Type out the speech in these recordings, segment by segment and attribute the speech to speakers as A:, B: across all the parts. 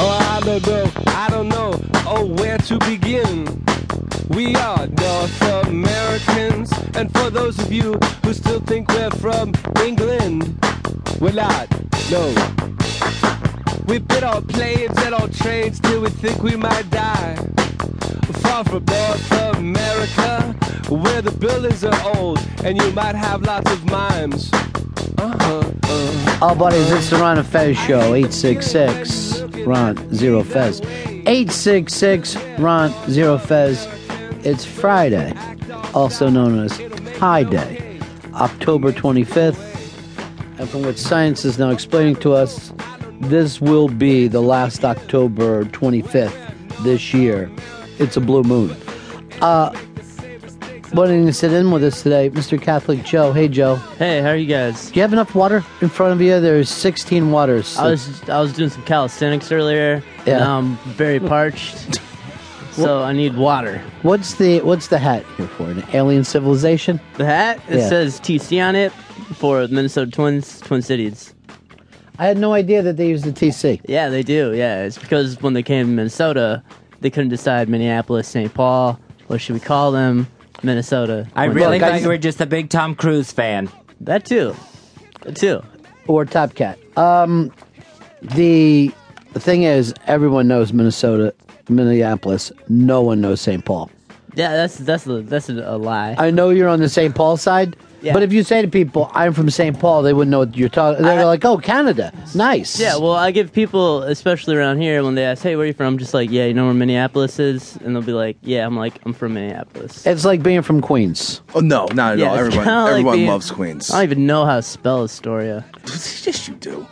A: Oh, ah, Oh, to begin. We are North Americans, and for those of you who still think we're from England, we're not. No. We bit our planes and our trains till we think we might die. Far from North America, where the buildings are old and you might have lots of mimes. Uh-huh, uh.
B: Oh, buddies, it's the Ron and Fez show. 866 Ron Zero Fez. 866 Ron Zero Fez. It's Friday, also known as High Day, October 25th. And from what science is now explaining to us, this will be the last October 25th this year. It's a blue moon. Uh, wanting to sit in with us today, Mr. Catholic Joe. Hey, Joe.
C: Hey, how are you guys?
B: Do you have enough water in front of you? There's 16 waters.
C: I was I was doing some calisthenics earlier.
B: Yeah.
C: And I'm very parched, so I need water.
B: what's the What's the hat here for? An alien civilization?
C: The hat it
B: Yeah.
C: says TC on it for the Minnesota Twins, Twin Cities.
B: I had no idea that they used the TC.
C: Yeah, they do. Yeah, it's because when they came to Minnesota, they couldn't decide Minneapolis, St. Paul. What should we call them? Minnesota.
D: I
C: Twin
D: really
C: Cities.
D: thought you were just a big Tom Cruise fan.
C: that too. That too.
B: or Top Cat. Um, the thing is, everyone knows Minnesota, Minneapolis. No one knows St. Paul.
C: Yeah, that's that's a, that's a, a lie.
B: I know you're on the St. Paul side,
C: Yeah.
B: but if you say to people, "I'm from St. Paul," they wouldn't know what you're talking. They're
C: I-
B: like, "Oh, Canada, nice."
C: Yeah, well, I give people, especially around here, when they ask, "Hey, where you from?" I'm just like, "Yeah, you know where Minneapolis is," and they'll be like, "Yeah." I'm like, "I'm from Minneapolis."
B: it's like being from Queens.
E: Oh no, not at
C: yeah,
E: all.
C: it's
E: Everyone,
C: kinda like
E: everyone
C: being-
E: loves Queens.
C: I don't even know how to spell Astoria.
E: yes, you do.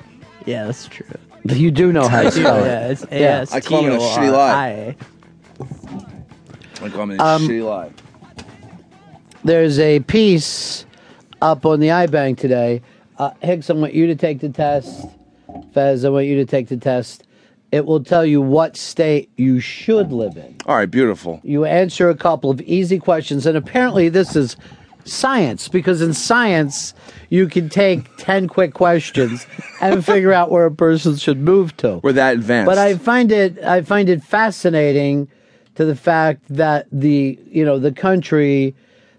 C: Yeah, that's true.
B: You do know how to spell it.
C: yeah, it's
B: Yeah.
C: A-S-T-O-R-I.
E: I call it a shitty lie. Like I'm in
B: Um,
E: shitty lie.
B: there's a piece up on the iBank today. Uh, Hicks, I want you to take the test. Fez, I want you to take the test. It will tell you what state you should live in.
E: All right, beautiful.
B: You answer a couple of easy questions, and apparently, this is science because in science, you can take 10 quick questions and figure out where a person should move to.
E: We're that advanced.
B: But I find it I find it fascinating to the fact that the you know the country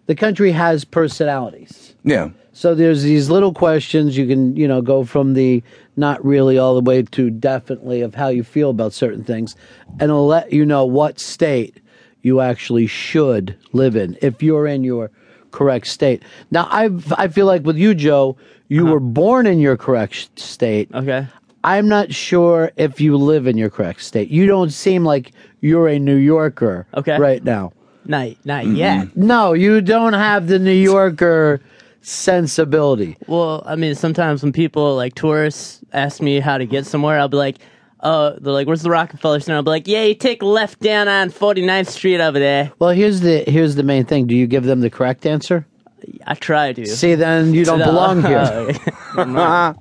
B: the country has personalities.
E: yeah.
B: So there's these little questions you can you know go from the not really all the way to definitely of how you feel about certain things, and it'll let you know what state you actually should live in if you're in your correct state. Now I I feel like with you Joe, you were born in your correct state.
C: Okay.
B: I'm not sure if you live in your correct state. You don't seem like you're a New Yorker
C: Okay.
B: right now.
C: Not not
E: Mm-hmm.
C: yet.
B: No, you don't have the New Yorker sensibility.
C: Well, I mean, sometimes when people like tourists ask me how to get somewhere, I'll be like, "Oh, they're like, where's the Rockefeller Center?" I'll be like, "Yeah, you take left down on 49th Street over there."
B: Well, here's the here's the main thing. Do you give them the correct answer?
C: I try to.
B: See, then you don't
C: No.
B: belong here.
C: Oh, yeah.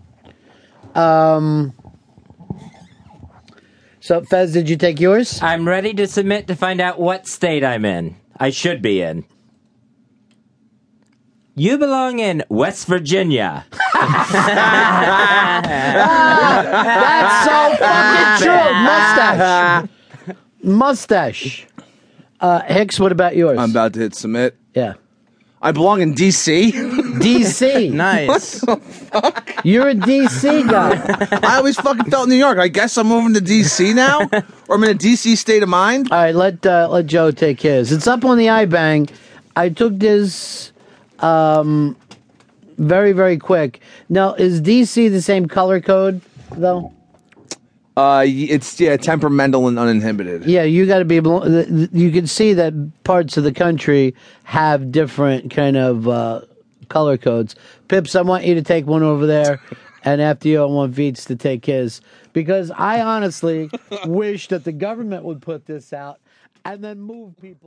B: So, Fez, did you take yours?
D: I'm ready to submit to find out what state I'm in. I should be in. You belong in West Virginia.
B: That's so fucking true. Ah. Mustache. Mustache. Uh, Hicks, what about yours?
E: I'm about to hit submit.
B: yeah.
E: I belong in DC.
B: DC.
C: nice.
B: You're a DC guy.
E: I always fucking felt New York. I guess I'm moving to DC now, or I'm in a DC state of mind.
B: All right, let uh, let Joe take his. It's up on the iBang. I took this um, very very quick. Now, is DC the same color code though?
E: Uh, y- it's yeah, temperamental and uninhibited.
B: Yeah, you got to be able. th- th- You can see that parts of the country have different kind of uh, color codes. Pips, I want you to take one over there, and after you, I want Veets to take his because I honestly wish that the government would put this out and then move people.